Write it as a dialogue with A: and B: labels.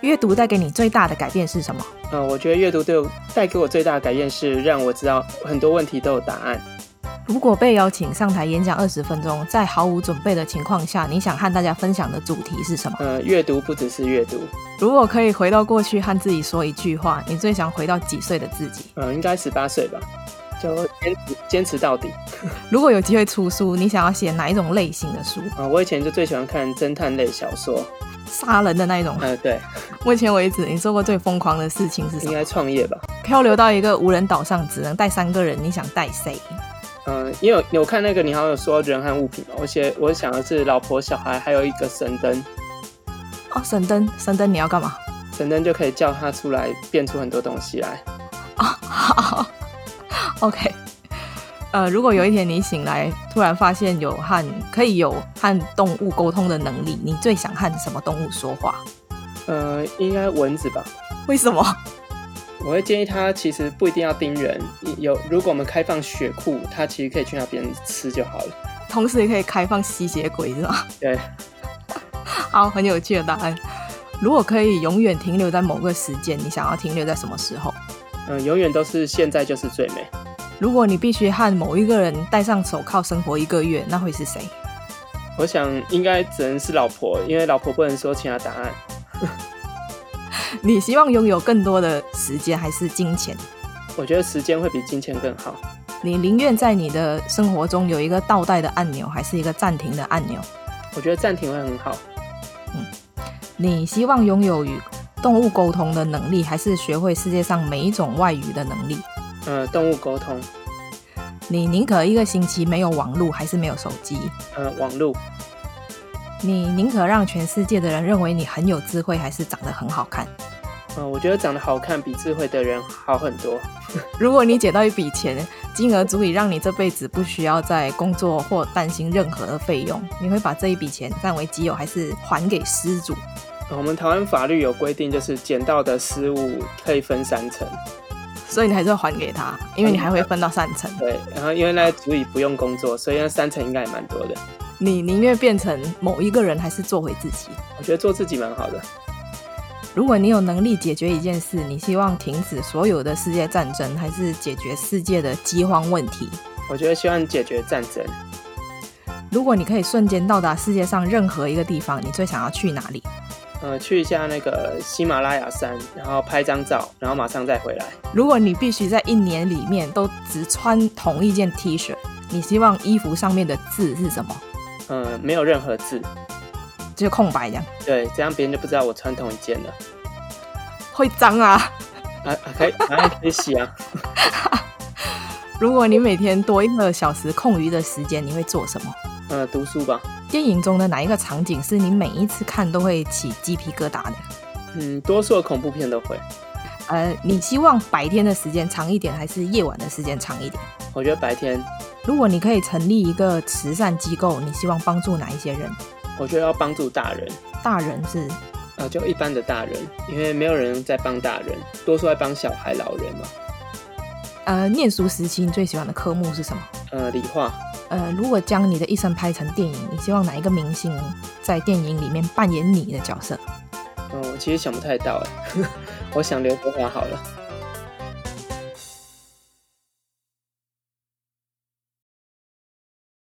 A: 阅读带给你最大的改变是什么？
B: 嗯，我觉得阅读对我带给我最大的改变是让我知道很多问题都有答案。
A: 如果被邀请上台演讲二十分钟，在毫无准备的情况下，你想和大家分享的主题是什么？
B: 呃，阅读不只是阅读，
A: 如果可以回到过去和自己说一句话，你最想回到几岁的自己？
B: 嗯，应该十八岁吧，就坚持坚持到底。
A: 如果有机会出书，你想要写哪一种类型的书？
B: 啊、我以前就最喜欢看侦探类小说。
A: 杀人的那一种？
B: 呃，对，
A: 目前为止，你做过最疯狂的事情是什
B: 应
A: 么？
B: 该创业吧。
A: 漂流到一个无人岛上，只能带三个人，你想带谁？
B: 嗯，因为有有看那个，你好像有说人和物品嘛，我写我想的是老婆、小孩，还有一个神灯，
A: 哦，神灯，神灯，你要干嘛？
B: 神灯就可以叫他出来变出很多东西来。
A: 好，OK。呃，如果有一天你醒来，突然发现有和可以有和动物沟通的能力，你最想和什么动物说话？
B: 呃，应该蚊子吧。
A: 为什么？
B: 我会建议他其实不一定要盯人，有如果我们开放血库，他其实可以去那边吃就好了。
A: 同时也可以开放吸血鬼，是吧？
B: 对，
A: 好，很有趣的答案。如果可以永远停留在某个时间，你想要停留在什么时候？
B: 嗯、永远都是现在就是最美。
A: 如果你必须和某一个人戴上手铐生活一个月，那会是谁？
B: 我想应该只能是老婆，因为老婆不能说其他答案。
A: 你希望拥有更多的时间还是金钱？
B: 我觉得时间会比金钱更好。
A: 你宁愿在你的生活中有一个倒带的按钮，还是一个暂停的按钮？
B: 我觉得暂停会很好。
A: 你希望拥有与动物沟通的能力，还是学会世界上每一种外语的能力？
B: 呃，动物沟通，
A: 你宁可一个星期没有网络，还是没有手机？
B: 呃，网络，
A: 你宁可让全世界的人认为你很有智慧，还是长得很好看？
B: 呃，我觉得长得好看比智慧的人好很多。
A: 如果你捡到一笔钱，金额足以让你这辈子不需要再工作或担心任何的费用，你会把这一笔钱占为己有，还是还给失主？
B: 呃我们台湾法律有规定，就是捡到的失物可以分三层。
A: 所以你还是要还给他，因为你还会分到三层。
B: 对，然后因为那足以不用工作，所以那三层应该也蛮多的。
A: 你宁愿变成某一个人，还是做回自己？
B: 我觉得做自己蛮好的。
A: 如果你有能力解决一件事，你希望停止所有的世界战争，还是解决世界的饥荒问题？
B: 我觉得希望解决战争，
A: 如果你可以瞬间到达世界上任何一个地方，你最想要去哪里？
B: 呃，去一下那个喜马拉雅山，然后拍张照，然后马上再回来。
A: 如果你必须在一年里面都只穿同一件 T 恤，你希望衣服上面的字是什么？
B: 呃，没有任何字，
A: 就是空白这样，
B: 对，这样别人就不知道我穿同一件了。
A: 会脏啊！
B: 啊，啊可以， 啊，可以洗啊。
A: 如果你每天多一个小时空余的时间，你会做什么？
B: 呃，读书吧。
A: 电影中的哪一个场景是你每一次看都会起鸡皮疙瘩的？
B: 嗯，多数的恐怖片都会。
A: 呃，你希望白天的时间长一点，还是夜晚的时间长一点？
B: 我觉得白天，
A: 如果你可以成立一个慈善机构，你希望帮助哪一些人？
B: 我觉得要帮助大人，
A: 大人是
B: 啊，就一般的大人，因为没有人在帮大人，多数在帮小孩、老人嘛。
A: 呃，念书时期你最喜欢的科目是什么？
B: 呃，理化，
A: 呃，如果将你的一生拍成电影，你希望哪一个明星在电影里面扮演你的角色？
B: 呃欸 嗯、我其实想不太到哎，我想刘德华好了。